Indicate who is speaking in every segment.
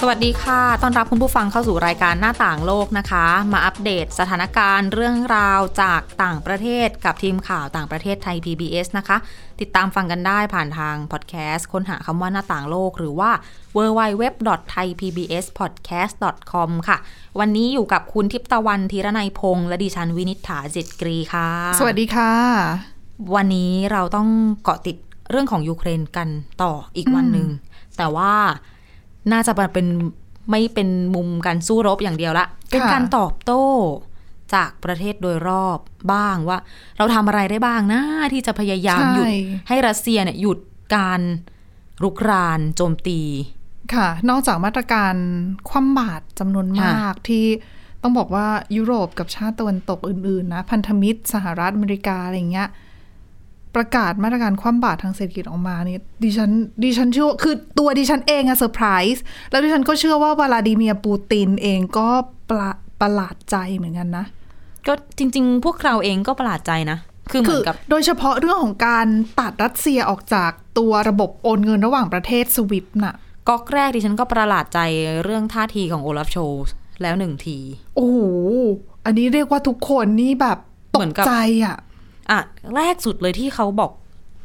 Speaker 1: สวัสดีค่ะ ต้อนรับคุณผู้ฟังเข้าสู่รายการหน้าต่างโลกนะคะ มาอัปเดตสถานการณ์เรื่องราวจากต่างประเทศกับทีมข่าวต่างประเทศไทย PBS นะคะ ติดตามฟังกันได้ผ่านทางพอดแคสต์ค้นหาคำว่าหน้าต่างโลกหรือว่า www.thaipbspodcast.com ค่ะ วันนี้อยู่กับคุณทิพย์ตะวันธีรนัยพงษ์และดิฉันวินิษฐาจิตกรีค่ะ
Speaker 2: สวัสดีค่ะ
Speaker 1: วันนี้เราต้องเกาะติดเรื่องของยูเครนกันต่ออีกวันหนึ่ง แต่ว่าน่าจะมาเป็นไม่เป็นมุมการสู้รบอย่างเดียวละเป็นการตอบโต้จากประเทศโดยรอบบ้างว่า เราทำอะไรได้บ้างนะที่จะพยายามหยุด
Speaker 2: ใช่
Speaker 1: ให้รัสเซียเนี่ยหยุดการรุกรานโจมตี
Speaker 2: ค่ะ นอกจากมาตรการคว่ำบาตรจำนวนมากที่ต้องบอกว่ายุโรปกับชาติตะวันตกอื่น ๆ นะ พันธมิตรสหรัฐอเมริกา อะไรอย่างเงี้ย ประกาศมาตรการคว่ำบาตรทางเศรษฐกิจออกมาเนี่ยดิฉันดิฉันเชื่อว่าคือตัวดิฉันเองอะเซอร์ไพรส์แล้วดิฉันก็เชื่อว่าวลาดิเมียร์ปูตินเองก็ประประหลาดใจเหมือนกันนะ
Speaker 1: ก็จริง ๆ พวกเราเองก็ประหลาดใจนะ คือเหมื
Speaker 2: คือ อน
Speaker 1: กับ
Speaker 2: โดยเฉพาะเรื่องของการตัดรัสเซียออกจากตัวระบบโอนเงินระหว่างประเทศสวิปน่ะ
Speaker 1: ก๊อกแรกดิฉันก็ประหลาดใจเรื่องท่าทีของโอลาฟโชลส์แล้วหนึ่งที
Speaker 2: โอ้โห อันนี้เรียกว่าทุกคนนี่แบบต
Speaker 1: เหมื
Speaker 2: ก
Speaker 1: อนกับ
Speaker 2: ใจอ่ะ
Speaker 1: อ่ะแรกสุดเลยที่เขาบอก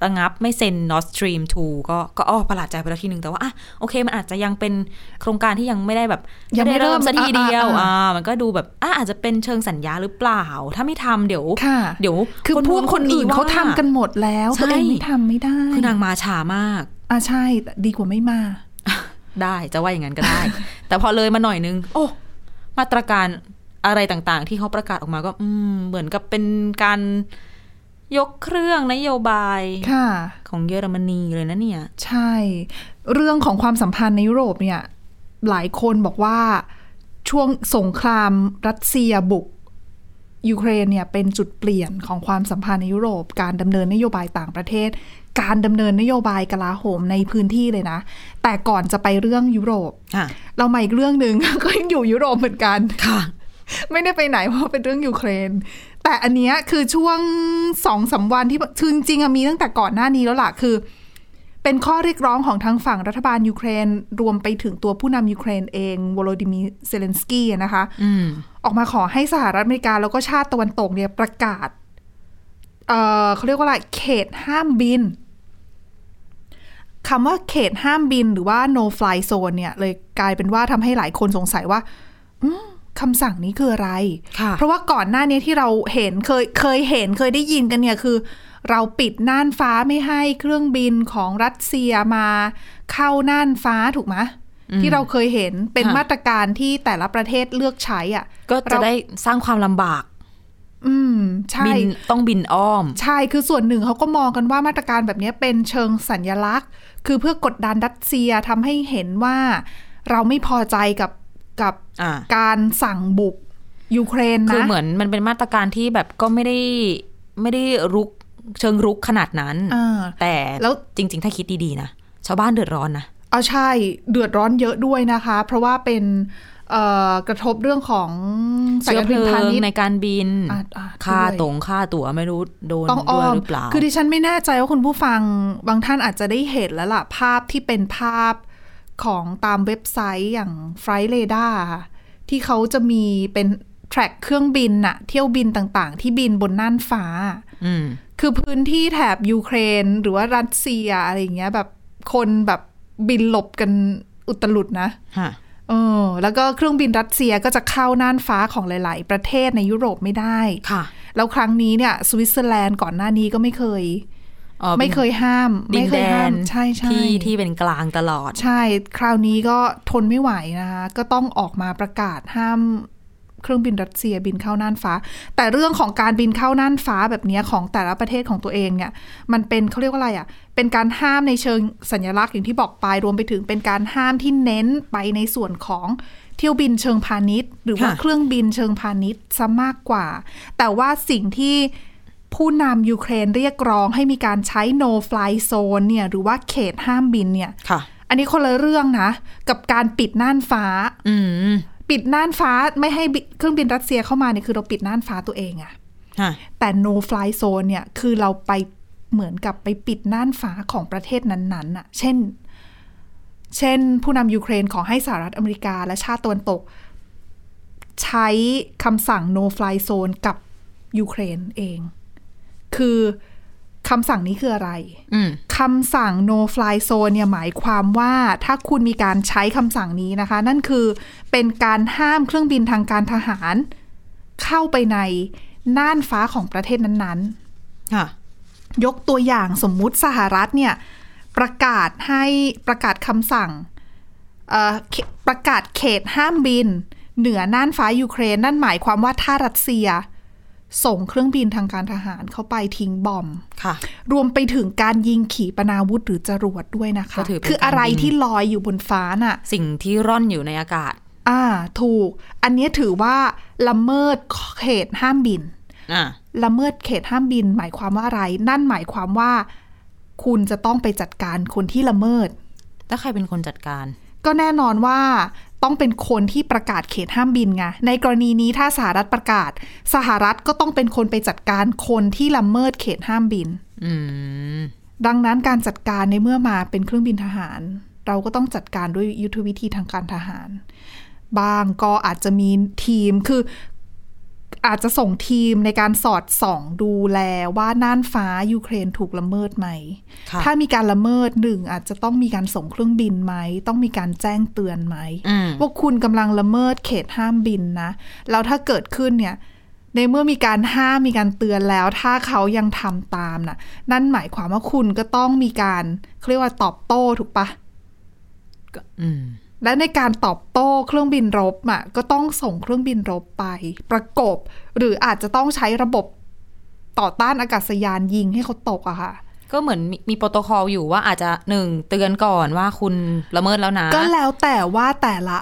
Speaker 1: ระงับไม่เซ็น Nord Stream 2 ก็ก็อ้อประหลาดใจไปแล้วทีหนึ่งแต่ว่าอ่ะโอเคมันอาจจะยังเป็นโครงการที่ยังไม่ได้แบบ
Speaker 2: ยังไม่
Speaker 1: ด้เริ่ม
Speaker 2: เริ่ม
Speaker 1: สักทีเดียว
Speaker 2: อ่าอ่า
Speaker 1: อ่ามันก็ดูแบบอ่ะอาจจะเป็นเชิงสัญญาหรือเปล่า ถ้าไม่ทำเดี๋ยว
Speaker 2: ค่ะ
Speaker 1: เดี๋ยว
Speaker 2: คือพวกคนอื่น
Speaker 1: ว่
Speaker 2: เขาทำกันหมดแล้ว
Speaker 1: ใช่
Speaker 2: ตัวเองไม่ทำไม่ได้
Speaker 1: คือนางมาช้ามาก
Speaker 2: อ่ะใช่แต่ดีกว่าไม่มา
Speaker 1: ได้จะว่าอย่างนั้นก็ได้ แต่พอเลยมาหน่อยนึง โอ้มาตรการอะไรต่างๆ ที่เขาประกาศออกมาก็อืมเหมือนกับเป็นการยกเครื่องนโยบาย
Speaker 2: ค่ะ
Speaker 1: ของเยอรมนีเลยนะเนี่ย
Speaker 2: ใช่ เรื่องของความสัมพันธ์ในยุโรปเนี่ย หลายคนบอกว่าช่วงสงครามรัสเซียบุกยูเครนเนี่ยเป็นจุดเปลี่ยนของความสัมพันธ์ในยุโรป การดำเนินนโยบายต่างประเทศ การดำเนินนโยบายกลาโหมในพื้นที่เลยนะ แต่ก่อนจะไปเรื่องยุโรป
Speaker 1: อ่ะ
Speaker 2: เรามาอีกเรื่องห นึ่ง ก็ยังอยู่ยุโรปเหมือนกัน
Speaker 1: ค่ะ
Speaker 2: ไม่ได้ไปไหนเพราะเป็นเรื่องยูเครน แต่อันเนี้ยคือช่วงสองสามวันที่คือจริงๆอะมีตั้งแต่ก่อนหน้านี้แล้วล่ะคือ เป็นข้อเรียกร้องของทางฝั่งรัฐบาลยูเครน รวมไปถึงตัวผู้นำยูเครนเองวโลดิมีร์เซเลนสกี้อะนะคะ
Speaker 1: อืม
Speaker 2: ออกมาขอให้สหรัฐอเมริกาแล้วก็ชาติตะวันตกเนี่ยประกาศ เอ่อเขาเรียกว่าอะไร เขตห้ามบิน คำว่าเขตห้ามบินหรือว่า no fly zone เนี่ย เลยกลายเป็นว่าทำให้หลายคนสงสัยว่า อืมคำสั่งนี้คืออะไร
Speaker 1: ค่ะ
Speaker 2: เพราะว่าก่อนหน้านี้ที่เราเห็นเคยเคยเห็นเคยได้ยินกันเนี่ยคือ เราปิดน่านฟ้าไม่ให้เครื่องบินของรัสเซียมาเข้าน่านฟ้าถูกไหมที่เราเคยเห็นเป็น
Speaker 1: ค่ะ
Speaker 2: มาตรการที่แต่ละประเทศเลือกใช้อ่ะ
Speaker 1: ก็จะ
Speaker 2: เรา
Speaker 1: ได้สร้างความลำบาก
Speaker 2: อืม ใช่
Speaker 1: บินต้องบินอ้อม
Speaker 2: ใช่คือส่วนหนึ่งเขาก็มองกันว่ามาตรการแบบนี้เป็นเชิงสัญญลักษณ์ คือเพื่อกดดันรัสเซียทำให้เห็นว่าเราไม่พอใจกับกับ
Speaker 1: อ่า
Speaker 2: การสั่งบุกยูเครน
Speaker 1: คือ
Speaker 2: นะ
Speaker 1: เหมือนมันเป็นมาตรการที่แบบก็ไม่ได้ไม่ได้รุกเชิงรุกขนาดนั้น
Speaker 2: อ่า
Speaker 1: แต่
Speaker 2: แล้ว
Speaker 1: จริง ๆ ถ้าคิดดีๆนะ ชาวบ้านเดือดร้อนนะ
Speaker 2: เอาใช่ เดือดร้อนเยอะด้วยนะคะ เพราะว่าเป็นเอ่อกระทบเรื่องของสาย
Speaker 1: เชื้อ
Speaker 2: การ
Speaker 1: เพ
Speaker 2: บิ
Speaker 1: ลิ
Speaker 2: นพางณิชย์
Speaker 1: ในการบิน
Speaker 2: อ่ะอ่ะ
Speaker 1: ค่า
Speaker 2: ด้วย
Speaker 1: ตรงค่าตั๋วไม่รู้โดน
Speaker 2: ต้อง
Speaker 1: ด้
Speaker 2: อ้
Speaker 1: ว
Speaker 2: อย ม
Speaker 1: หรือเปล่า
Speaker 2: คือดิฉันไม่แน่ใจว่าคุณผู้ฟังบางท่านอาจจะได้เห็นแล้วล่ะ ภาพที่เป็นภาพของตามเว็บไซต์อย่าง Flight Radar ค่ะที่เขาจะมีเป็น track เครื่องบินน่ะ เที่ยวบินต่างๆ ที่บินบนน่านฟ้า
Speaker 1: อืม
Speaker 2: คือพื้นที่แถบยูเครนหรือว่ารัสเซียอะไรอย่างเงี้ยแบบคนแบบบินหลบกันอุตลุดนะ
Speaker 1: ฮะ
Speaker 2: เออแล้วก็เครื่องบินรัสเซียก็จะเข้าน่านฟ้าของหลาย ๆ ประเทศในยุโรปไม่ได้
Speaker 1: ค่ะ
Speaker 2: แล้วครั้งนี้เนี่ยสวิตเซอร์แลนด์ก่อนหน้านี้ก็ไม่เคย
Speaker 1: อ่อป็น
Speaker 2: ไม่เคยห้าม
Speaker 1: ดิน
Speaker 2: ไม่เค
Speaker 1: แด
Speaker 2: ยห้าน มใช่ใช่
Speaker 1: ที่ที่เป็นกลางตลอด
Speaker 2: ใช่ คราวนี้ก็ทนไม่ไหวนะคะก็ต้องออกมาประกาศห้ามเครื่องบินรัสเซียบินเข้าน่านฟ้า แต่เรื่องของการบินเข้าน่านฟ้าแบบเนี้ยของแต่ละประเทศของตัวเองเนี่ยมันเป็นเขาเรียกว่าอะไรอ่ะเป็นการห้ามในเชิงสัญลักษณ์อย่างที่บอกไปรวมไปถึงเป็นการห้ามที่เน้นไปในส่วนของเที่ยวบินเชิงพาณิชย์ หรือว่า
Speaker 1: ค่ะ
Speaker 2: เครื่องบินเชิงพาณิชย์ซะมากกว่า แต่ว่าสิ่งที่ ผู้นำยูเครนเรียกร้องให้มีการใช้ no fly zone เนี่ยหรือว่าเขตห้ามบินเนี่ย
Speaker 1: ค่ะ
Speaker 2: อันนี้คนละเรื่องนะ กับการปิดน่านฟ้า
Speaker 1: อืม
Speaker 2: ปิดน่านฟ้าไม่ให้บิเครื่องบินรัสเซียเข้ามาเนี่ยคือเราปิดน่านฟ้าตัวเองอะ
Speaker 1: ค่ะ
Speaker 2: แต่ no fly zone เนี่ยคือเราไปเหมือนกับไปปิดน่านฟ้าของประเทศนั้นๆอะเช่น เช่น ผู้นำยูเครนขอให้สหรัฐอเมริกาและชาติตะวันตก ใช้คำสั่ง no fly zone กับยูเครนเอง คือคำสั่งนี้คืออะไร
Speaker 1: อืม
Speaker 2: คำสั่ง no fly zone เนี่ยหมายความว่าถ้าคุณมีการใช้คำสั่งนี้นะคะ นั่นคือเป็นการห้ามเครื่องบินทางการทหาร เข้าไปในน่านฟ้าของประเทศนั้น
Speaker 1: ค่ะ
Speaker 2: ๆ ยกตัวอย่างสมมุติสหรัฐเนี่ยประกาศให้ประกาศคำสั่งเอ่อเขประกาศเขตห้ามบิน เหนือน่านฟ้ายูเครน นั่นหมายความว่าถ้ารัสเซีย ส่งเครื่องบินทางการทหารเข้าไปทิ้งบอมบ์
Speaker 1: ค่ะ
Speaker 2: รวมไปถึงการยิงขีปนาวุธหรือจรวดด้วยนะคะ
Speaker 1: ก็ถือเป็น
Speaker 2: คืออะไร
Speaker 1: การยิง
Speaker 2: ที่ลอยอยู่บนฟ้าน่ะ
Speaker 1: สิ่งที่ร่อนอยู่ในอากาศ
Speaker 2: อ่า ถูก อันเนี้ยถือว่าละเมิดเขตห้ามบิน
Speaker 1: อ่ะ
Speaker 2: ละเมิดเขตห้ามบิน หมายความว่าอะไร นั่นหมายความว่า คุณจะต้องไปจัดการคนที่ละเมิด
Speaker 1: ถ้าใครเป็นคนจัดการ
Speaker 2: ก็แน่นอนว่าต้องเป็นคนที่ประกาศเขตห้ามบินไง ในกรณีนี้ถ้าสหรัฐประกาศ สหรัฐก็ต้องเป็นคนไปจัดการคนที่ละเมิดเขตห้ามบิน
Speaker 1: อืม
Speaker 2: ดังนั้นการจัดการในเมื่อมาเป็นเครื่องบินทหาร เราก็ต้องจัดการด้วยยุทธวิธีทางการทหาร บางก็อาจจะมีทีมคืออาจจะส่งทีมในการสอดส่องดูแลว่าน่านฟ้ายูเครนถูกละเมิดไหม
Speaker 1: ค่ะ
Speaker 2: ถ้ามีการละเมิดหนึ่งอาจจะต้องมีการส่งเครื่องบินไหม ต้องมีการแจ้งเตือนไหม
Speaker 1: อืม
Speaker 2: ว่าคุณกำลังละเมิดเขตห้ามบินนะ แล้วถ้าเกิดขึ้นเนี่ย ในเมื่อมีการห้ามมีการเตือนแล้ว ถ้าเขายังทำตามน่ะ นั่นหมายความว่าคุณก็ต้องมีการเขาเรียกว่าตอบโต้ถูกปะ
Speaker 1: อืม
Speaker 2: และในการตอบโต้เครื่องบินรบอ่ะก็ต้องส่งเครื่องบินรบไป ประกบ หรืออาจจะต้องใช้ระบบต่อต้านอากาศยานยิงให้เขาตกอะค่ะ
Speaker 1: ก็เหมือนมีมีโปรโตคอลอยู่ว่าอาจจะหนึ่งเตือนก่อนว่าคุณละเมิดแล้วนะ
Speaker 2: ก็แล้วแต่ว่าแต่ละ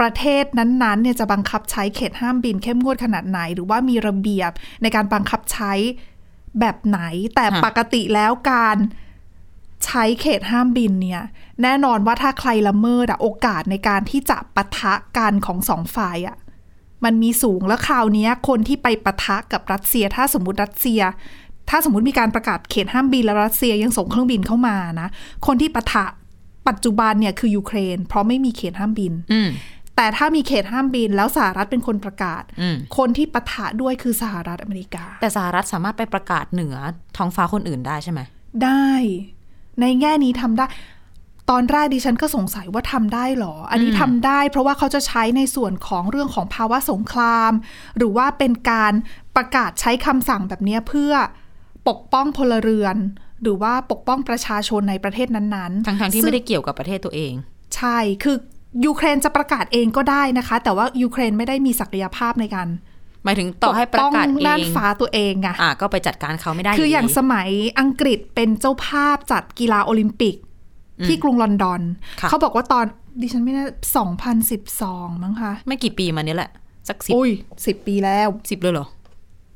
Speaker 2: ประเทศนั้นๆเนี่ยจะบังคับใช้เขตห้ามบินเข้มงวดขนาดไหน หรือว่ามีระเบียบในการบังคับใช้แบบไหน แต่
Speaker 1: ค่ะ
Speaker 2: ปกติแล้วการใช้เขตห้ามบินเนี่ย แน่นอนว่าถ้าใครละเมิดอะโอกาสในการที่จะปะทะกันของสองฝ่ายอะมันมีสูงแล้วคราวเนี้ยคนที่ไปปะทะกับรัสเซีย ถ้าสมมติรัสเซีย ถ้าสมมติมีการประกาศเขตห้ามบินแล้วรัสเซียยังส่งเครื่องบินเข้ามานะ คนที่ปะทะปัจจุบันเนี่ยคือยูเครน เพราะไม่มีเขตห้ามบิน
Speaker 1: อืม
Speaker 2: แต่ถ้ามีเขตห้ามบินแล้วสหรัฐเป็นคนประกาศ
Speaker 1: อืม
Speaker 2: คนที่ปะทะด้วยคือสหรัฐอเมริกา
Speaker 1: แต่สหรัฐสามารถไปประกาศเหนือท้องฟ้าคนอื่นได้ใช่ไหม
Speaker 2: ได้ ในแง่นี้ทำได้ ตอนแรกดิฉันก็สงสัยว่าทำได้เหรอ อันนี้
Speaker 1: อืม
Speaker 2: ทำได้ เพราะว่าเขาจะใช้ในส่วนของเรื่องของภาวะสงคราม หรือว่าเป็นการประกาศใช้คำสั่งแบบเนี้ยเพื่อปกป้องพลเรือน หรือว่าปกป้องประชาชนในประเทศนั้นๆ
Speaker 1: ทั้งทที่
Speaker 2: ซึ่
Speaker 1: ไม่ได้เกี่ยวกับประเทศตัวเอง
Speaker 2: ใช่ คือยูเครนจะประกาศเองก็ได้นะคะ แต่ว่ายูเครนไม่ได้มีศักยภาพในการ
Speaker 1: หมายถึงต่อให้ประกาศ
Speaker 2: ป้อง
Speaker 1: เอ
Speaker 2: น่าน
Speaker 1: ง
Speaker 2: ฟ้าตัวเองไง
Speaker 1: อ่ะก็ไปจัดการเขาไม่ได้
Speaker 2: คืออย่าง
Speaker 1: ดี
Speaker 2: สมัยอังกฤษเป็นเจ้าภาพจัดกีฬาโอลิมปิก ที่กรุงลอนดอน
Speaker 1: ค่ะ
Speaker 2: เขาบอกว่าตอนดิฉันไม่แน่2012 มั้งคะ
Speaker 1: ไม่กี่ปีมาเนี้ยแหละ สักสิบ
Speaker 2: อุ้ย10 ปีแล้ว
Speaker 1: สิบเลยเหรอ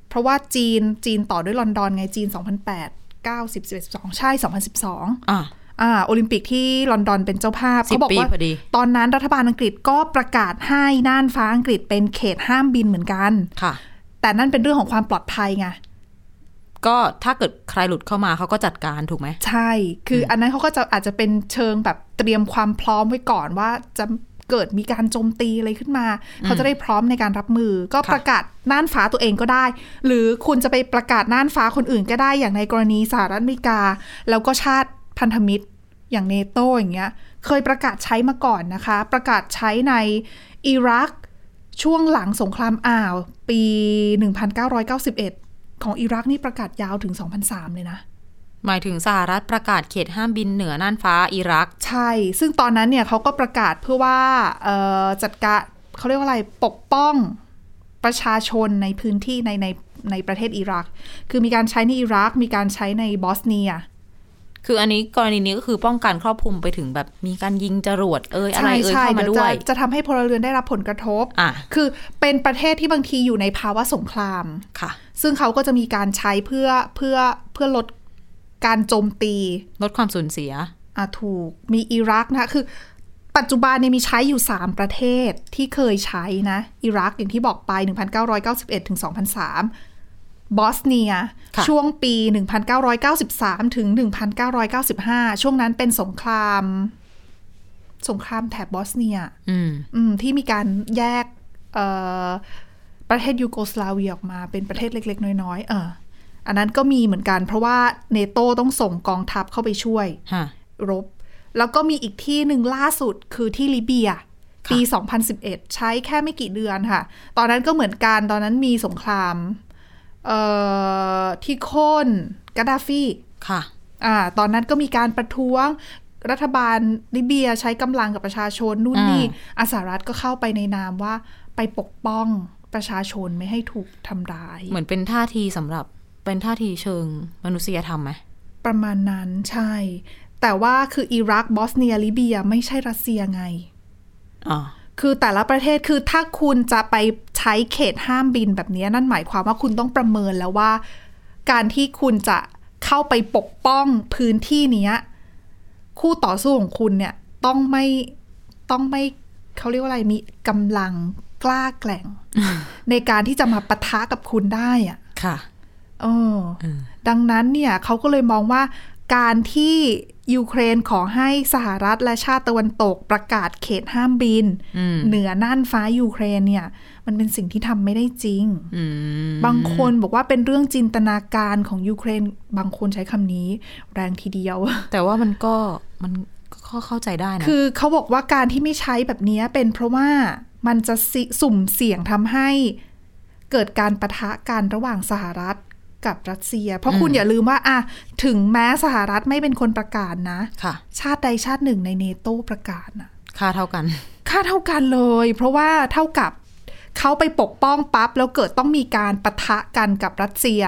Speaker 2: เพราะว่าจีนจีนต่อด้วยลอนดอนไงจีน 2008 9 10 11 12 ใช่ 2012
Speaker 1: อ่ะ
Speaker 2: อ่าโอลิมปิกที่ลอนดอนเป็นเจ้าภาพ
Speaker 1: สิบ
Speaker 2: เขาบอกว่า
Speaker 1: ปีพอดี
Speaker 2: ตอนนั้นรัฐบาลอังกฤษก็ประกาศให้น่านฟ้าอังกฤษเป็นเขตห้ามบินเหมือนกัน
Speaker 1: ค่ะ
Speaker 2: แต่นั่นเป็นเรื่องของความปลอดภัยไง
Speaker 1: ก็ถ้าเกิดใครหลุดเข้ามาเขาก็จัดการถูกไหม
Speaker 2: ใช่ คืออันนั้นเขาก็จะอาจจะเป็นเชิงแบบเตรียมความพร้อมไว้ก่อนว่าจะเกิดมีการโจมตีอะไรขึ้นมา เขาจะได้พร้อมในการรับมือ ก็
Speaker 1: ค่ะ
Speaker 2: ประกาศน่านฟ้าตัวเองก็ได้ หรือคุณจะไปประกาศน่านฟ้าคนอื่นก็ได้อย่างในกรณีสหรัฐอเมริกา แล้วก็ชาติพันธมิตร อย่างเนโตอย่างเงี้ยเคยประกาศใช้มาก่อนนะคะ ประกาศใช้ในอิรัก ช่วงหลังสงครามอ่าว ปี 1991 ของอิรักนี่ประกาศยาวถึง 2003 เลยนะ
Speaker 1: หมายถึงสหรัฐประกาศเขตห้ามบินเหนือน่านฟ้าอิรัก
Speaker 2: ใช่ ซึ่งตอนนั้นเนี่ยเขาก็ประกาศเพื่อว่าเอ่อจัดการเขาเรียกว่าอะไรปกป้องประชาชนในพื้นที่ในในในประเทศอิรัก คือมีการใช้ในอิรัก มีการใช้ในบอสเนีย
Speaker 1: คืออันนี้กรณีนี้ก็คือป้องกันครอบคลุมไปถึงแบบมีการยิงจรวดเอ่ยอะไร
Speaker 2: ใช่
Speaker 1: เอ่ย
Speaker 2: ใช่
Speaker 1: เข้ามา
Speaker 2: เดี๋ยว
Speaker 1: ด้
Speaker 2: จะ
Speaker 1: วย
Speaker 2: จะทำให้พลเรือนได้รับผลกระทบ
Speaker 1: อ่ะ
Speaker 2: คือเป็นประเทศที่บางทีอยู่ในภาวะสงคราม
Speaker 1: ค่ะ
Speaker 2: ซึ่งเขาก็จะมีการใช้เพื่อเพื่อเพื่อลดการโจมตี
Speaker 1: ลดความสูญเสีย
Speaker 2: อ่ะถูกมีอิรักนะคะคือ ปัจจุบันเนี่ยมีใช้อยู่ 3 ประเทศที่เคยใช้นะอิรักอย่างที่บอกไป 1991ถึง2003 บอสเนีย
Speaker 1: ค่ะ
Speaker 2: ช่วงปี 1993ถึง1995 ช่วงนั้นเป็นสงคราม สงครามแถบบอสเนีย
Speaker 1: อืม
Speaker 2: อืมที่มีการแยกเอ่อประเทศยูโกสลาเวียออกมาเป็นประเทศเล็ก ๆ น้อยๆเอออันนั้นก็มีเหมือนกันเพราะว่าเนโตต้องส่งกองทัพเข้าไปช่วย
Speaker 1: ค่ะ
Speaker 2: รบ แล้วก็มีอีกที่หนึ่งล่าสุดคือที่ลิเบีย
Speaker 1: ค่ะ
Speaker 2: ปี 2011 ใช้แค่ไม่กี่เดือนค่ะ ตอนนั้นก็เหมือนกันตอนนั้นมีสงครามเอ่อที่โค่นกาดาฟี
Speaker 1: ค่ะ
Speaker 2: อ่าตอนนั้นก็มีการประท้วงรัฐบาลลิเบียใช้กำลังกับประชาชนนู่น
Speaker 1: อ่า
Speaker 2: นี่อาสารัฐก็เข้าไปในนามว่าไปปกป้องประชาชนไม่ให้ถูกทำร้าย
Speaker 1: เหมือนเป็นท่าทีสำหรับเป็นท่าทีเชิงมนุษยธรรมไหม
Speaker 2: ประมาณนั้นใช่ แต่ว่าคืออิรักบอสเนียลิเบียไม่ใช่รัสเซียไง
Speaker 1: อ๋อ
Speaker 2: คือแต่ละประเทศคือถ้าคุณจะไปใช้เขตห้ามบินแบบนี้นั่นหมายความว่าคุณต้องประเมินแล้วว่า การที่คุณจะเข้าไปปกป้องพื้นที่เนี้ย คู่ต่อสู้ของคุณเนี่ยต้องไม่ต้องไม่เขาเรียกว่าอะไรมีกำลังกล้าแกล่ง ในการที่จะมาปะทะกับคุณได้อะ
Speaker 1: ค่ะ
Speaker 2: เออดังนั้นเนี่ยเขาก็เลยมองว่าการที่ยูเครนขอให้สหรัฐและชาติตะวันตกประกาศเขตห้ามบิน
Speaker 1: อืม
Speaker 2: เหนือน่านฟ้ายูเครนเนี่ย มันเป็นสิ่งที่ทำไม่ได้จริง
Speaker 1: อืม
Speaker 2: บางคนบอกว่าเป็นเรื่องจินตนาการของยูเครน บางคนใช้คำนี้แรงทีเดียว
Speaker 1: แต่ว่ามันก็มันก็เข้าใจได้นะ
Speaker 2: คือเขาบอกว่าการที่ไม่ใช้แบบเนี้ยเป็นเพราะว่ามันจะสิสุ่มเสี่ยงทำให้เกิดการประทะกันระหว่างสหรัฐกับรัสเซีย เพราะคุณอย่าลืมว่าอะถึงแม้สหรัฐไม่เป็นคนประกาศนะ
Speaker 1: ค่ะ
Speaker 2: ชาติใดชาติหนึ่งในเนโตประกาศนะ
Speaker 1: ค่าเท่ากัน
Speaker 2: ค่าเท่ากันเลย เพราะว่าเท่ากับเขาไปปกป้องปั๊บแล้วเกิดต้องมีการประทะกันกับรัสเซีย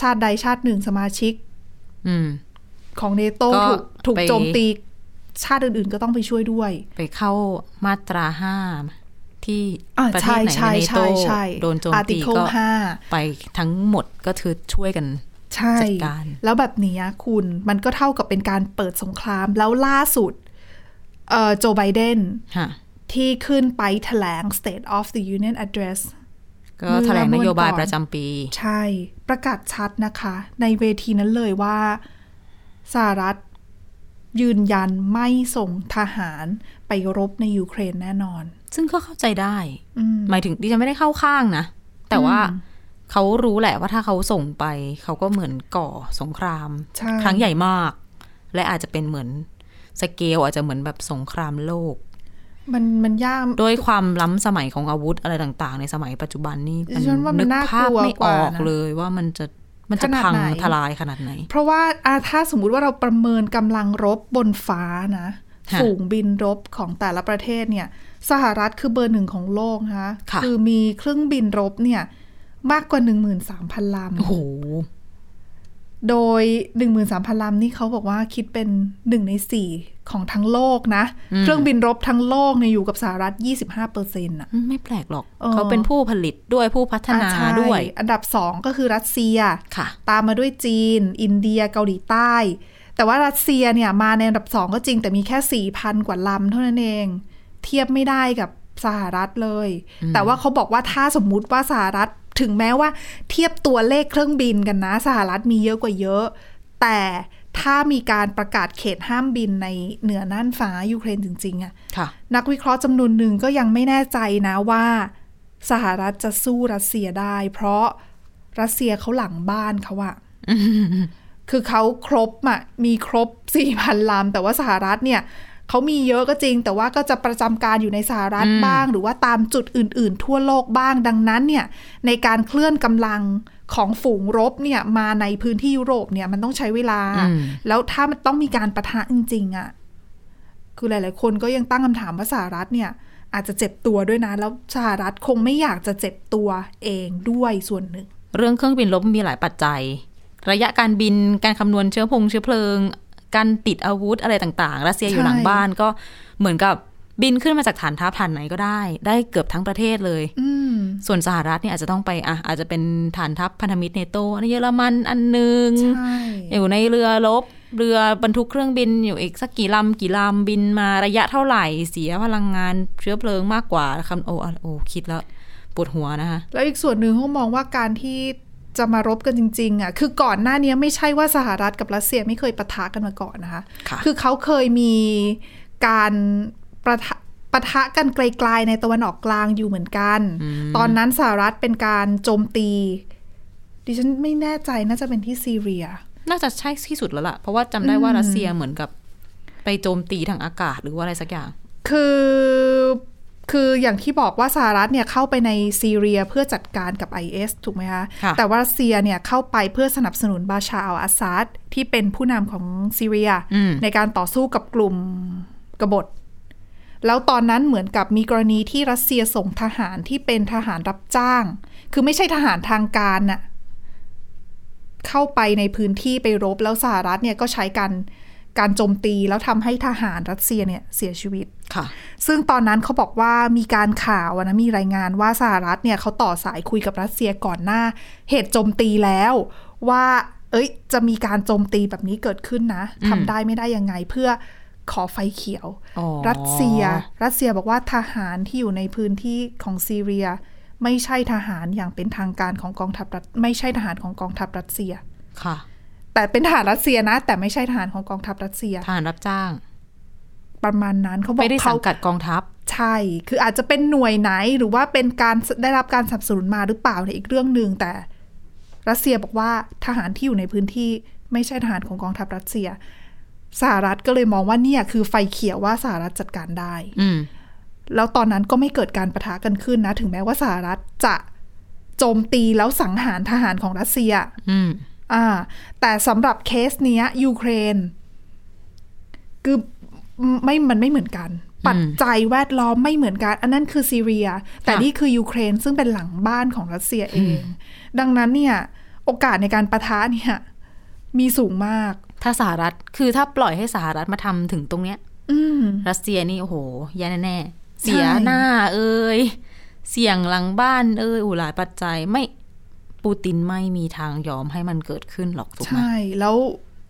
Speaker 2: ชาติใดชาติหนึ่งสมาชิก
Speaker 1: อืม
Speaker 2: ของเนโต
Speaker 1: ก็
Speaker 2: ถูกถูก
Speaker 1: ไป
Speaker 2: โจมตีชาติอื่นๆ ก็ต้องไปช่วยด้วย
Speaker 1: ไปเข้ามาตราห้าที่
Speaker 2: อ่า
Speaker 1: ประเท
Speaker 2: ใช่
Speaker 1: ศไหนใน
Speaker 2: ใช่
Speaker 1: โต
Speaker 2: ใช่ใช่
Speaker 1: โดนโจม
Speaker 2: อาร์ติ
Speaker 1: ตี
Speaker 2: เคิล
Speaker 1: ก็
Speaker 2: ห้า
Speaker 1: ไปทั้งหมดก็คือช่วยกัน
Speaker 2: ใช่
Speaker 1: จัดการ
Speaker 2: แล้วแบบเนี้ยคุณมันก็เท่ากับเป็นการเปิดสงครามแล้วล่าสุดเอ่อโจไบเดน
Speaker 1: ค่ะ
Speaker 2: ที่ขึ้นไปแถลง State of the Union Address
Speaker 1: ก็แถลงนโยบายประจำปี
Speaker 2: ใช่ประกาศชัดนะคะ ในเวทีนั้นเลยว่าสหรัฐยืนยันไม่ส่งทหารไปรบในยูเครนแน่นอน
Speaker 1: ซึ่งก็เข้าใจได้
Speaker 2: อืม
Speaker 1: หมายถึงดิฉันไม่ได้เข้าข้างนะ แต่ว่าเขารู้แหละว่าถ้าเขาส่งไป เขาก็เหมือนก่อสงคราม
Speaker 2: ใช่
Speaker 1: ครั้งใหญ่มาก และอาจจะเป็นเหมือนสเกลอาจจะเหมือนแบบสงครามโลก
Speaker 2: มันมันยาก
Speaker 1: ด้วยความล้ำสมัยของอาวุธอะไรต่างๆ ในสมัยปัจจุบันนี่
Speaker 2: ดิฉันว่ามัน
Speaker 1: ก
Speaker 2: น่า
Speaker 1: ภาพ
Speaker 2: กลัว
Speaker 1: ไม่
Speaker 2: ก
Speaker 1: อ
Speaker 2: ว่า
Speaker 1: อก
Speaker 2: นะ
Speaker 1: เลยว่ามันจะมันจะ
Speaker 2: ขนาด
Speaker 1: พัง
Speaker 2: ไหน
Speaker 1: ทลายขนาดไหน
Speaker 2: เพราะว่าอ่ะถ้าสมมุติว่าเราประเมินกำลังรบบนฟ้านะ
Speaker 1: ฮะ
Speaker 2: ฝูงบินรบของแต่ละประเทศเนี่ย สหรัฐคือเบอร์หนึ่งของโลกนะคะ
Speaker 1: ค่ะ
Speaker 2: อมีเครื่องบินรบเนี่ย มากกว่า 13,000 ล
Speaker 1: โอ้โห
Speaker 2: ำ โดย 13,000 ลำนี่เขาบอกว่าคิดเป็น 1 ใน 4 ของทั้งโลกนะ
Speaker 1: อืม
Speaker 2: เครื่องบินรบทั้งโลกเนี่ยอยู่กับสหรัฐ 25เปอร์เซ็นต์อะ
Speaker 1: ไม่แปลกหรอก
Speaker 2: เออ
Speaker 1: เขาเป็นผู้ผลิตด้วยผู้พัฒนา
Speaker 2: อ่ะใช่
Speaker 1: ด้วย
Speaker 2: อันดับ 2 ก็คือรัสเซีย
Speaker 1: ค่ะ
Speaker 2: ตามมาด้วยจีน อินเดีย เกาหลีใต้ แต่ว่ารัสเซียเนี่ยมาในอันดับสองก็จริงแต่มีแค่ 4,000 กว่าลำเท่านั้นเอง เทียบไม่ได้กับสหรัฐเลย แต่ว่าเขาบอกว่าถ้าสมมุติว่าสหรัฐถึงแม้ว่าเทียบตัวเลขเครื่องบินกันนะ สหรัฐมีเยอะกว่าเยอะ แต่ถ้ามีการประกาศเขตห้ามบินในเหนือน่านฟ้ายูเครนจริงๆอะ
Speaker 1: ค่ะ
Speaker 2: นักวิเคราะห์จำนวนหนึ่งก็ยังไม่แน่ใจนะว่า สหรัฐจะสู้รัสเซียได้ เพราะรัสเซียเขาหลังบ้านเขาอะคือเขาครบอะมีครบ 4,000 ลำ แต่ว่าสหรัฐเนี่ยเขามีเยอะก็จริง แต่ว่าก็จะประจำการอยู่ในสหรัฐ
Speaker 1: อืม
Speaker 2: บ้าง หรือว่าตามจุดอื่น ๆ ทั่วโลกบ้างดังนั้นเนี่ย ในการเคลื่อนกำลังของฝูงรบเนี่ยมาในพื้นที่ยุโรปเนี่ยมันต้องใช้เวลา
Speaker 1: อืม
Speaker 2: แล้วถ้ามันต้องมีการประทะจริงๆอะ่ะ คือหลาย ๆ คนก็ยังตั้งคำถามว่าสหรัฐเนี่ย อาจจะเจ็บตัวด้วยนะ แล้วสหรัฐคงไม่อยากจะเจ็บตัวเองด้วยส่วนหนึ่ง
Speaker 1: เรื่องเครื่องบินลบมีหลายปัจจัย ระยะการบินการคำนวณเชื้อพงเชื้อเพลิง การติดอาวุธอะไรต่างๆ รัสเซียอยู่
Speaker 2: ใช่
Speaker 1: หลังบ้านก็เหมือนกับ บินขึ้นมาจากฐานทัพฐานไหนก็ได้ ได้เกือบทั้งประเทศเลย
Speaker 2: อืม
Speaker 1: ส่วนสหรัฐเนี่ยอาจจะต้องไปอ่ะอาจจะเป็นฐานทัพพันธมิตรเนโตอันนี้เยอรมันอันหนึ่ง
Speaker 2: ใช่
Speaker 1: อยู่ในเรือรบเรือบรรทุกเครื่องบินอยู่อีกสักกี่ลำกี่ลำบินมาระยะเท่าไหร่เสียพลังงานเชื้อเพลิงมากกว่าคำโอ้อ่ะโอ้คิดแล้วปวดหัวนะคะ
Speaker 2: แล้วอีกส่วนหนึ่งเขามองว่าการที่จะมารบกันจริงๆอ่ะคือก่อนหน้านี้ไม่ใช่ว่าสหรัฐกับรัสเซียไม่เคยปะทะกันมาก่อนนะคะ
Speaker 1: ค่ะ
Speaker 2: อเขาเคยมีการประทะปะทะกันไกลๆในตะวันออกกลางอยู่เหมือนกัน
Speaker 1: อืม
Speaker 2: ตอนนั้นสหรัฐเป็นการโจมตี ดิฉันไม่แน่ใจน่าจะเป็นที่ซีเรีย
Speaker 1: น่าจะใช่ที่สุดแล้วล่ะ เพราะว่าจำได้ว่ารัสเซียเหมือนกับ ไปโจมตีทางอากาศหรือว่าอะไรสักอย่าง
Speaker 2: คือคืออย่างที่บอกว่าสหรัฐเนี่ยเข้าไปในซีเรียเพื่อจัดการกับ IS ถูกไหมคะ
Speaker 1: ค่ะ
Speaker 2: แต่ว่ารัสเซียเนี่ยเข้าไปเพื่อสนับสนุนบาชาอัลอาซาดที่เป็นผู้นำของซีเรีย
Speaker 1: อืม
Speaker 2: ในการต่อสู้กับกลุ่มกบฏ แล้วตอนนั้นเหมือนกับมีกรณีที่รัสเซียส่งทหารที่เป็นทหารรับจ้าง คือไม่ใช่ทหารทางการน่ะ เข้าไปในพื้นที่ไปรบแล้วสหรัฐเนี่ยก็ใช้การการโจมตีแล้วทำให้ทหารรัสเซียเนี่ยเสียชีวิต
Speaker 1: ค่ะ
Speaker 2: ซึ่งตอนนั้นเขาบอกว่ามีการข่าวอะนะมีรายงานว่าสหรัฐเนี่ยเขาต่อสายคุยกับรัสเซียก่อนหน้า เหตุโจมตีแล้ว ว่า เอ้ย จะมีการโจมตีแบบนี้เกิดขึ้นนะ
Speaker 1: อืม
Speaker 2: ทำได้ไม่ได้ยังไงเพื่อขอไฟเขียว
Speaker 1: อ๋อ
Speaker 2: รัสเซีย รัสเซียบอกว่าทหารที่อยู่ในพื้นที่ของซีเรีย ไม่ใช่ทหารอย่างเป็นทางการของกองทัพรัสไม่ใช่ทหารของกองทัพรัสเซีย
Speaker 1: ค่ะ
Speaker 2: แต่เป็นทหารรัสเซียนะ แต่ไม่ใช่ทหารของกองทัพรัสเซีย
Speaker 1: ทหารรับจ้าง
Speaker 2: ประมาณนั้นเขาบอก
Speaker 1: ไม่ได้สั
Speaker 2: เขา
Speaker 1: งกัดกองทัพ
Speaker 2: ใช่ คืออาจจะเป็นหน่วยไหนหรือว่าเป็นการได้รับการสนับสนุนมาหรือเปล่าในยอีกเรื่องหนึ่งแต่ รัสเซียบอกว่าทหารที่อยู่ในพื้นที่ไม่ใช่ทหารของกองทัพรัสเซีย สหรัฐก็เลยมองว่าเนี่ยคือไฟเขียวว่าสหรัฐจัดการได้
Speaker 1: อืม
Speaker 2: แล้วตอนนั้นก็ไม่เกิดการประทะกันขึ้นนะ ถึงแม้ว่าสหรัฐจะโจมตีแล้วสังหารทหารของรัสเซีย
Speaker 1: อืม
Speaker 2: อ่า แต่สำหรับเคสเนี้ยยูเครน คือไม่มันไม่เหมือนกัน ปัจจัยแวดล้อมไม่เหมือนกัน อันนั้นคือซีเรีย แต่
Speaker 1: ค่ะ
Speaker 2: นี่คือยูเครนซึ่งเป็นหลังบ้านของรัสเซียเอง ดังนั้นเนี่ย โอกาสในการประทะเนี่ย มีสูงมาก
Speaker 1: ถ้าสหรัฐคือถ้าปล่อยให้สหรัฐมาทำถึงตรงเนี้ย
Speaker 2: อืม
Speaker 1: รัสเซียนี่โอ้โหแย่แน่ๆเสีย
Speaker 2: ใช่
Speaker 1: หน้าเอ่ยเสี่ยงหลังบ้านเอ่ยอุหลายปัจจัยไม่ปูตินไม่มีทางยอมให้มันเกิดขึ้นหรอกถูกไหม
Speaker 2: ใช่ แล้ว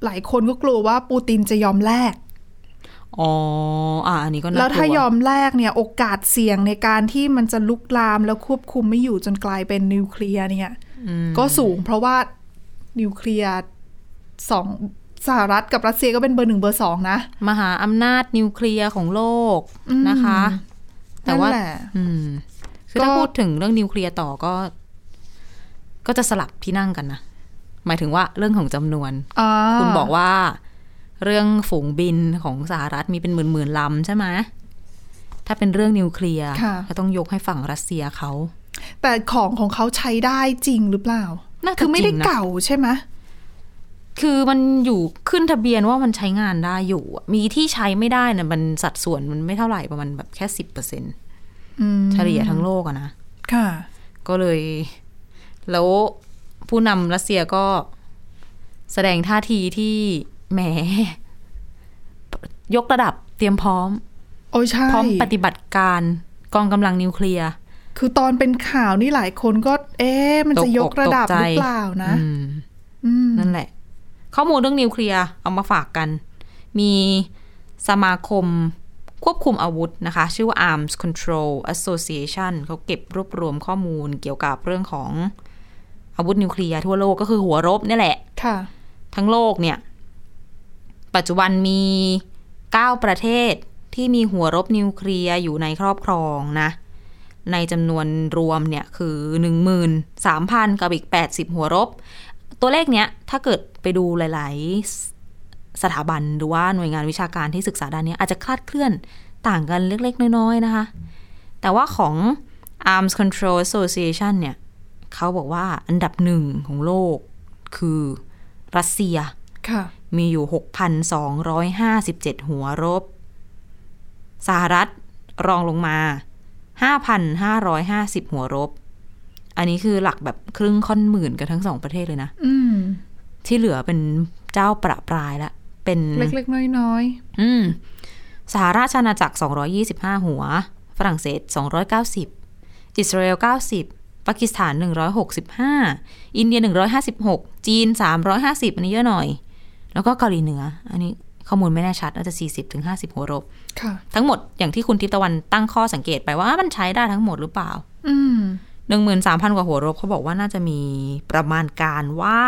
Speaker 2: หลายคนก็กลัวว่าปูตินจะยอมแลก
Speaker 1: อ๋ออ่ะอันนี้ก็น่ากลัว
Speaker 2: แล้วถ้ายอมแลกเนี่ย โอกาสเสี่ยงในการที่มันจะลุกลามแล้วควบคุมไม่อยู่จนกลายเป็นนิวเคลียร์เนี่ย
Speaker 1: อืม
Speaker 2: ก็สูงเพราะว่านิวเคลียร์สองสหรัฐกับรัสเซียก็เป็นเบอร์หนึ่งเบอร์สองนะ
Speaker 1: มหาอำนาจนิวเคลียร์ของโลก
Speaker 2: อืม
Speaker 1: นะคะ แต่ว่า
Speaker 2: นั่นแหละ
Speaker 1: อืมคือถ้า
Speaker 2: ก็
Speaker 1: พูดถึงเรื่องนิวเคลียร์ต่อก็ ก็จะสลับที่นั่งกันนะหมายถึงว่าเรื่องของจำนวน
Speaker 2: อ่า
Speaker 1: คุณบอกว่าเรื่องฝูงบินของสหรัฐมีเป็นหมื่นหมื่นๆลำใช่ไหมถ้าเป็นเรื่องนิวเคลียร์
Speaker 2: ค่ะ
Speaker 1: ก็ต้องยกให้ฝั่งรัสเซียเขา
Speaker 2: แต่ของของเขาใช้ได้จริงหรือเปล่า
Speaker 1: น่าจะ
Speaker 2: คือไม่ได้
Speaker 1: จริงนะ
Speaker 2: เก่าใช่ไหม
Speaker 1: คือมันอยู่ขึ้นทะเบียนว่ามันใช้งานได้อยู่อะมีที่ใช้ไม่ได้นะมันสัดส่วนมันไม่เท่าไหร่ประมาณแบบแค่สิบเปอร์เซ็น
Speaker 2: อืม
Speaker 1: เฉลี่ยทั้งโลกอะนะ
Speaker 2: ค่ะ
Speaker 1: ก็เลย แล้วผู้นำรัสเซียก็แสดงท่าทีที่แหม ยกระดับเตรียมพร้อม
Speaker 2: โอ้ยใช่
Speaker 1: พร้อมปฏิบัติการกองกำลังนิวเคลียร์
Speaker 2: คือตอนเป็นข่าวนี่หลายคนก็ เอ๊ะมันจะยกระดับ
Speaker 1: ตกอกตกใจ
Speaker 2: หรือเปล่านะ
Speaker 1: อืม
Speaker 2: อืม
Speaker 1: นั่นแหละ ข้อมูลเรื่องนิวเคลียร์เอามาฝากกัน มีสมาคมควบคุมอาวุธนะคะ ชื่อว่า Arms Control Association เขาเก็บรวบรวมข้อมูลเกี่ยวกับเรื่องของอาวุธนิวเคลียร์ทั่วโลกก็คือหัวรบเนี่ยแหละ
Speaker 2: ค่ะ
Speaker 1: ทั้งโลกเนี่ย ปัจจุบันมี 9 ประเทศที่มีหัวรบนิวเคลียร์อยู่ในครอบครองนะ ในจำนวนรวมเนี่ยคือ 13,000 กับอีก 80 หัวรบ ตัวเลขเนี้ยถ้าเกิดไปดูหลาย ๆ สถาบันหรือว่าหน่วยงานวิชาการที่ศึกษาด้านเนี้ยอาจจะคลาดเคลื่อนต่างกันเล็ก ๆ น้อย ๆ นะคะ แต่ว่าของ Arms Control Association เนี่ยเขาบอกว่าอันดับหนึ่งของโลกคือรัสเซีย
Speaker 2: ค่ะ
Speaker 1: มีอยู่ 6,257 หัวรบ สหรัฐรองลงมา 5,550 หัวรบ อันนี้คือหลักแบบครึ่งค่อนหมื่นกันทั้งสองประเทศเลยนะ
Speaker 2: อืม
Speaker 1: ที่เหลือเป็นเจ้าประปรายละ เป็น
Speaker 2: เล็กๆน้อย
Speaker 1: อืม สหราชอาณาจักร 225 หัว ฝรั่งเศส 290 อิสราเอล 90 ปากีสถาน 165 อินเดีย 156 จีน 350 อันนี้เยอะหน่อย แล้วก็เกาหลีเหนือ อันนี้ข้อมูลไม่แน่ชัดน่าจะ 40-50 หัวรบ
Speaker 2: ค่ะ
Speaker 1: ทั้งหมดอย่างที่คุณทิพย์ตะวันตั้งข้อสังเกตไปว่ามันใช้ได้ทั้งหมดหรือเปล่า
Speaker 2: อืม
Speaker 1: หนึ่งหมื่นสามพันกว่าหัวรบเขาบอกว่าน่าจะมีประมาณการว่า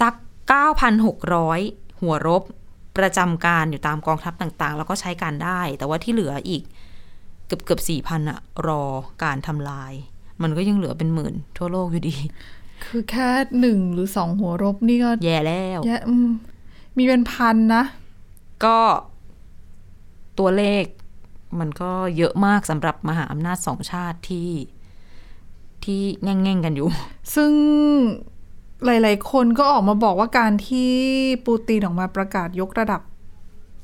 Speaker 1: สักเก้าพันหกร้อยหัวรบ ประจำการอยู่ตามกองทัพต่างๆ แล้วก็ใช้การได้ แต่ว่าที่เหลืออีกเกือบเกือบสี่พันอะรอการทำลาย มันก็ยังเหลือเป็นหมื่นทั่วโลกอยู่ดี
Speaker 2: คือแค่หนึ่งหรือสองหัวรบนี่ก็
Speaker 1: แย่แล้ว
Speaker 2: แย่อืมมีเป็นพันนะ
Speaker 1: ก็ตัวเลขมันก็เยอะมากสำหรับมหาอำนาจสองชาติที่ที่แง่งๆกันอยู่
Speaker 2: ซึ่งหลาย ๆ คนก็ออกมาบอกว่าการที่ปูตินออกมาประกาศยกระดับ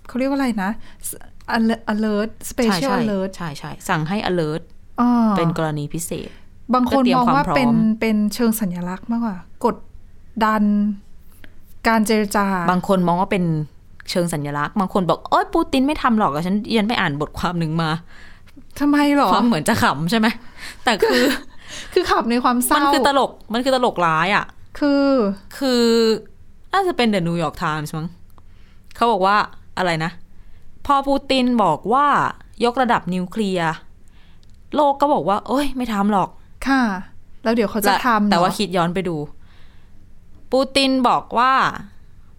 Speaker 2: เขาเรียกว่าอะไรนะ alert
Speaker 1: ใช่
Speaker 2: special
Speaker 1: ใช่
Speaker 2: alert
Speaker 1: ใช่ใช่สั่งให้ alert
Speaker 2: อ่า
Speaker 1: เป็นกรณีพิเศษ
Speaker 2: บางคนมองว่า
Speaker 1: เพื่อเตรี
Speaker 2: เป็
Speaker 1: ยมค
Speaker 2: น
Speaker 1: วามพร้อม
Speaker 2: เป็นเชิงสัญลักษณ์มากกว่ากดดันการเจรจา
Speaker 1: บางคนมองว่าเป็นเชิงสัญลักษณ์บางคนบอกโอ๊ยปูตินไม่ทำหรอกอะฉันยันไปอ่านบทความหนึ่งมา
Speaker 2: ทำไมหรอ
Speaker 1: ฟังเหมือนจะขำใช่ไหมแต่คือ
Speaker 2: คือขับในความเศ
Speaker 1: มัน
Speaker 2: ร้า
Speaker 1: คือตลกมันคือตลกร้ายอ่ะ
Speaker 2: คือ
Speaker 1: คือน่าจะเป็นเดอะนิวยอร์กไทม์มั้งเขาบอกว่าอะไรนะ พอปูตินบอกว่ายกระดับนิวเคลียร์โลกก็บอกว่า โอ๊ยไม่ทำหรอก
Speaker 2: ค่ะ แล้วเดี๋ยวเขาจะทำ
Speaker 1: แต่ว่า
Speaker 2: เหรอ
Speaker 1: คิดย้อนไปดู ปูตินบอกว่า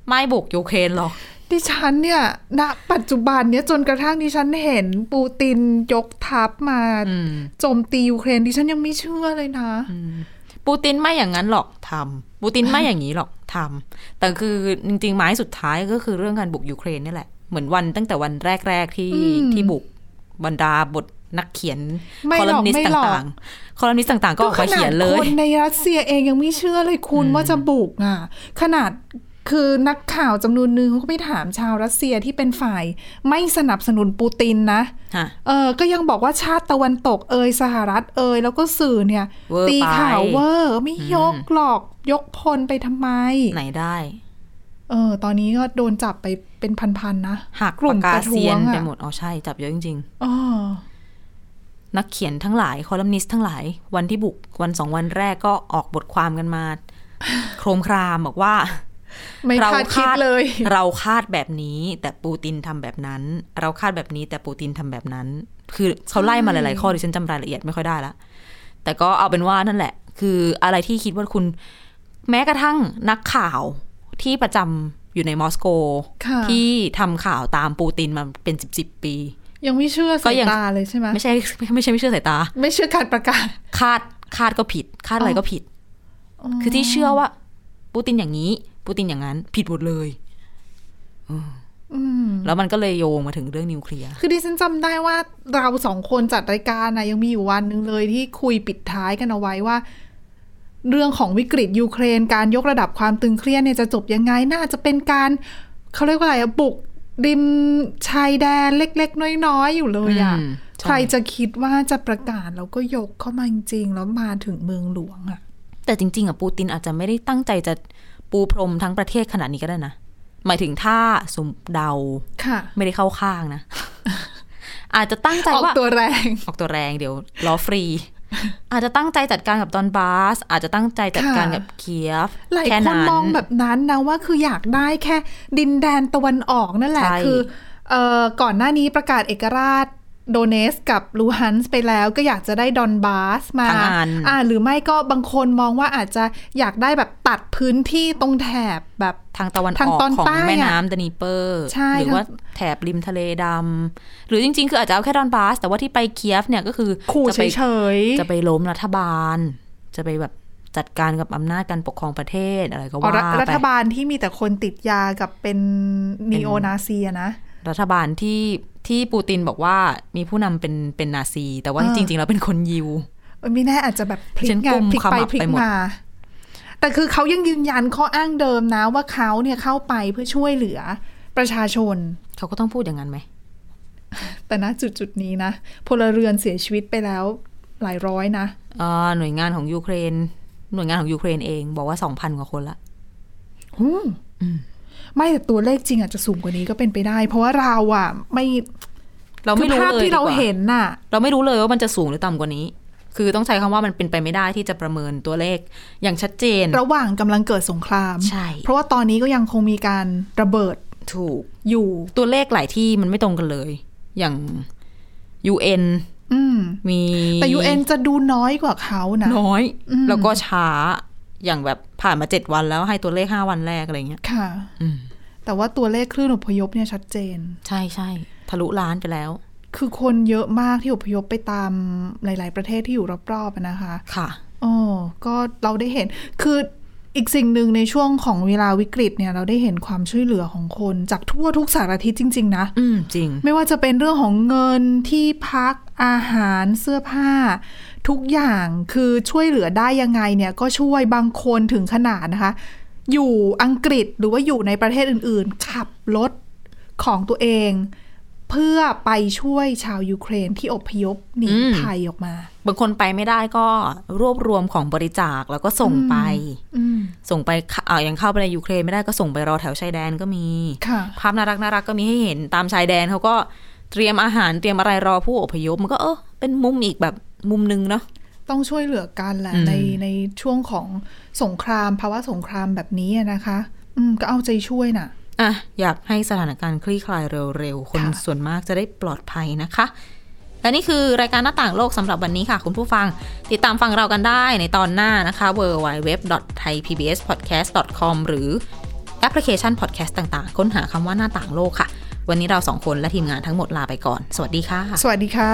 Speaker 1: ไม่บุกยูเครนหรอก
Speaker 2: ดิฉันเนี่ยณปัจจุบันเนี่ยจนกระทั่งดิฉันเห็นปูตินยกทัพมา
Speaker 1: อืม
Speaker 2: โจมตียูเครนดิฉันยังไม่เชื่อเลยนะ
Speaker 1: ปูตินไม่อย่างนั้นหรอกทำปูตินไม่อย่างนี้หรอก ทำแต่คือจริงๆไม้สุดท้ายก็คือเรื่องการบุกยูเครนนี่แหละ เหมือนวันตั้งแต่วันแรกๆที่
Speaker 2: อืม
Speaker 1: ที่บุกบรรดาบทนักเขียน
Speaker 2: ไม่
Speaker 1: คอ
Speaker 2: หร
Speaker 1: ลั
Speaker 2: อก
Speaker 1: มนิส
Speaker 2: ไม่
Speaker 1: ต์ต
Speaker 2: หรอก
Speaker 1: ่างๆคอลัมนิสต์ต่างๆ ก็ออกมาเขียนเล
Speaker 2: ก็ขนาดค
Speaker 1: ย
Speaker 2: นในรัสเซียเองยังไม่เชื่อเลยคุณว่าจะบุกอ่ะ ขนาดคือนักข่าวจำนวนหนึงเขาก็ไปถามชาวรัสเซียที่เป็นฝ่าย ไม่สนับสนุนปูตินนะ
Speaker 1: ฮะ
Speaker 2: เออก็ยังบอกว่าชาติตะวันตกเอยสหรัฐเอยแล้วก็สื่อเนี่ย
Speaker 1: เวอร์ไป
Speaker 2: ตีข่าวเวอร์ไม่ยกหรอกยกพลไปทำไม
Speaker 1: ไหนได้
Speaker 2: เออ ตอนนี้ก็โดนจับไปเป็นพันๆนะ
Speaker 1: หาก
Speaker 2: กลุ่ม
Speaker 1: ปากการ
Speaker 2: ปะ
Speaker 1: เซี
Speaker 2: ท้วย
Speaker 1: น
Speaker 2: ง
Speaker 1: ไป
Speaker 2: อ่ะ
Speaker 1: หมดอ๋อใช่ จับเยอะจริง
Speaker 2: อ๋อ
Speaker 1: ๆ นักเขียนทั้งหลายคอลัมนิสต์ทั้งหลาย วันที่บุกวันสองวันแรกก็ออกบทความกันมา โครมครามบอกว่า
Speaker 2: ไม่คาดคิดเลย
Speaker 1: เราคาดแบบนี้แต่ปูตินทำแบบนั้น เราคาดแบบนี้แต่ปูตินทำแบบนั้น คือเขาไล่มาหลาย ๆ ข้อดิฉันจำรายละเอียดไม่ค่อยได้ละแต่ก็เอาเป็นว่านั่นแหละ คืออะไรที่คิดว่าคุณแม้กระทั่งนักข่าวที่ประจำอยู่ในมอสโก
Speaker 2: ค่ะ
Speaker 1: ที่ทำข่าวตามปูตินมาเป็นสิบสิบปี
Speaker 2: ยังไม่เชื่อ
Speaker 1: ก็
Speaker 2: สาย
Speaker 1: ยัง
Speaker 2: ตาเลยใช่ไหม
Speaker 1: ไม่ใช่ ไม่ใช่ไม่เชื่อสายตา
Speaker 2: ไม่เชื่อการประกาศ
Speaker 1: คาดคาดก็ผิด คาดอะไรก็ผิด คือที่เชื่อว่า ปูตินอย่างนี้ ปูตินอย่างนั้น ผิดหมดเลยอืมแล้วมันก็เลยโยงมาถึงเรื่องนิวเคลียร์
Speaker 2: คือดิฉันจำได้ว่าเราสองคนจัดรายการนะยังมีอยู่วันหนึงเลยที่คุยปิดท้ายกันเอาไว้ว่า เรื่องของวิกฤตยูเครนการยกระดับความตึงเครียดเนี่ยจะจบยังไงน่าจะเป็นการเขาเรียกว่าอะไรอะบุกริมชายแดนเล็ก ๆ น้อยๆอยู่เลยอะ
Speaker 1: ม
Speaker 2: ใครจะคิดว่าจะประกาศแล้วก็ยกเข้ามาจริงๆแล้วมาถึงเมืองหลวงอะ
Speaker 1: แต่จริง ๆ อ่ะ ปูตินอาจจะไม่ได้ตั้งใจจะปูพรมทั้งประเทศขนาดนี้ก็ได้นะ หมายถึงถ้าสมเดา
Speaker 2: ค่ะ
Speaker 1: ไม่ได้เข้าข้าง นะ อาจจะตั้งใจ
Speaker 2: ออก
Speaker 1: ว่า
Speaker 2: ตัวแรง
Speaker 1: ออกตัวแรงเดี๋ยวล้อฟ รี อาจจะตั้งใจจัดการกับดอนบาส อาจจะตั้งใจจัดการกับเคียฟ
Speaker 2: หลาย
Speaker 1: แ
Speaker 2: คนมองแบบนั้นนะว่าคืออยากได้แค่ดินแดนตะวันออกนั่นแหละ
Speaker 1: ใช่
Speaker 2: คือ เอ่อก่อนหน้านี้ประกาศเอกราชโดเนสกับลูฮันส์ไปแล้วก็อยากจะได้ดอนบาสมา
Speaker 1: ทั้งอัน
Speaker 2: อ่าหรือไม่ก็บางคนมองว่าอาจจะอยากได้แบบตัดพื้นที่ตรงแถบแบบ
Speaker 1: ทางตะวันอ
Speaker 2: ทาง
Speaker 1: อก
Speaker 2: ตอน
Speaker 1: ของ
Speaker 2: ใต้อะ
Speaker 1: แม่น้ำดนีเปอร์
Speaker 2: ใช่
Speaker 1: หรือ
Speaker 2: ทาง
Speaker 1: ว่าแถบริมทะเลดำหรือจริง ๆ คืออาจจะเอาแค่ดอนบาส แต่ว่าที่ไปเคียฟเนี่ยก็คือ
Speaker 2: ขู่
Speaker 1: จะ
Speaker 2: เ
Speaker 1: ไป
Speaker 2: ฉยๆ
Speaker 1: จะไปล้มรัฐบาล จะไปแบบจัดการกับอำนาจการปกครองประเทศอะไรก็
Speaker 2: อ๋อ
Speaker 1: ว่า
Speaker 2: รัฐรั
Speaker 1: ไป
Speaker 2: ฐบาลที่มีแต่คนติดยากับเป็นนีโอนาซีอะนะ
Speaker 1: รัฐบาลที่ที่ปูตินบอกว่ามีผู้นำเป็นเป็นนาซี แต่ว่า
Speaker 2: อ่า
Speaker 1: จริง ๆ แล้วเป็นคนยิว
Speaker 2: เออไม่แน่อาจจะแบบพลิก
Speaker 1: ฉัน
Speaker 2: งาน
Speaker 1: กุม
Speaker 2: พลิก
Speaker 1: ขมั
Speaker 2: ไป
Speaker 1: บ
Speaker 2: พลิ
Speaker 1: ไป
Speaker 2: ก
Speaker 1: หมด
Speaker 2: มา แต่คือเขายังยืนยันข้ออ้างเดิมนะว่าเขาเนี่ยเข้าไปเพื่อช่วยเหลือประชาชน
Speaker 1: เขาก็ต้องพูดอย่างนั้นไหม
Speaker 2: แต่ณจุดจุดๆนี้นะพลเรือนเสียชีวิตไปแล้วหลายร้อยนะ
Speaker 1: เอ่อหน่วยงานของยูเครน หน่วยงานของยูเครนเองบอกว่า 2,000 กว่าคนละ
Speaker 2: อืม ไม่แต่ตัวเลขจริงอาจจะสูงกว่านี้ก็เป็นไปได้ เพราะว่าเราอ่ะไม่
Speaker 1: เราไม่รู้
Speaker 2: คือภาพ
Speaker 1: เลย
Speaker 2: ที่เรา
Speaker 1: ดีกว่
Speaker 2: เห็นน่ะ
Speaker 1: เราไม่รู้เลยว่ามันจะสูงหรือต่ำกว่านี้ คือต้องใช้คำว่ามันเป็นไปไม่ได้ที่จะประเมินตัวเลขอย่างชัดเจน
Speaker 2: ระหว่างกำลังเกิดสงคราม
Speaker 1: ใช่
Speaker 2: เพราะว่าตอนนี้ก็ยังคงมีการระเบิด
Speaker 1: ถูก
Speaker 2: อยู่
Speaker 1: ตัวเลขหลายที่มันไม่ตรงกันเลย อย่าง UN
Speaker 2: อืม
Speaker 1: มี
Speaker 2: แต่ UN จะดูน้อยกว่าเขานะ
Speaker 1: น้อย
Speaker 2: อืม
Speaker 1: แล้วก็ช้าอย่างแบบผ่านมาเจ็ดวันแล้วให้ตัวเลขห้าวันแรกอะไรเงี้ย
Speaker 2: ค่ะ
Speaker 1: อืม
Speaker 2: แต่ว่าตัวเลขคลื่นอพยพเนี่ยชัดเจน
Speaker 1: ใช่ใช่ทะลุล้านไปแล้ว
Speaker 2: คือคนเยอะมากที่อพยพไปตามหลาย ๆ ประเทศที่อยู่รอบๆอะนะคะ
Speaker 1: ค่ะ
Speaker 2: อ๋อ ก็เราได้เห็น คืออีกสิ่งหนึ่งในช่วงของเวลาวิกฤตเนี่ย เราได้เห็นความช่วยเหลือของคนจากทั่วทุกสารทิศจริง ๆ นะ
Speaker 1: อืมจริง
Speaker 2: ไม่ว่าจะเป็นเรื่องของเงินที่พักอาหารเสื้อผ้า ทุกอย่างคือช่วยเหลือได้ยังไงเนี่ย ก็ช่วยบางคนถึงขนาดนะคะ อยู่อังกฤษหรือว่าอยู่ในประเทศอื่นๆ ขับรถของตัวเอง เพื่อไปช่วยชาวยูเครนที่อพยพหนี
Speaker 1: อืม
Speaker 2: ภัยออกมา
Speaker 1: บางคนไปไม่ได้ก็รวบรวมของบริจาคแล้วก็ส่งไป
Speaker 2: อืม
Speaker 1: ส่งไปค่ะอ่ายังเข้าไปในยูเครนไม่ได้ก็ส่งไปรอแถวชายแดนก็มี
Speaker 2: ค่ะ
Speaker 1: ภาพน่ารักน่ารักก็มีให้เห็นตามชายแดนเขาก็เตรียมอาหารเตรียมอะไรรอผู้อพยพมันก็เออเป็นมุมอีกแบบมุมหนึงเนาะ
Speaker 2: ต้องช่วยเหลือกันแหละ
Speaker 1: อืม
Speaker 2: ในในช่วงของสงครามภาวะสงครามแบบนี้อะนะคะ อืมก็เอาใจช่วยน่ะ
Speaker 1: อ่ะอยากให้สถานการณ์คลี่คลายเร็วๆ คน
Speaker 2: ค่ะ
Speaker 1: ส่วนมากจะได้ปลอดภัยนะคะ และนี่คือรายการหน้าต่างโลกสำหรับวันนี้ค่ะ คุณผู้ฟัง ติดตามฟังเรากันได้ในตอนหน้านะคะ www.thaipbspodcast.com หรือแอปพลิเคชัน podcast ต่างๆ ค้นหาคำว่าหน้าต่างโลกค่ะ วันนี้เราสองคนและทีมงานทั้งหมดลาไปก่อน สวัสดีค่ะ
Speaker 2: สวัสดีค่ะ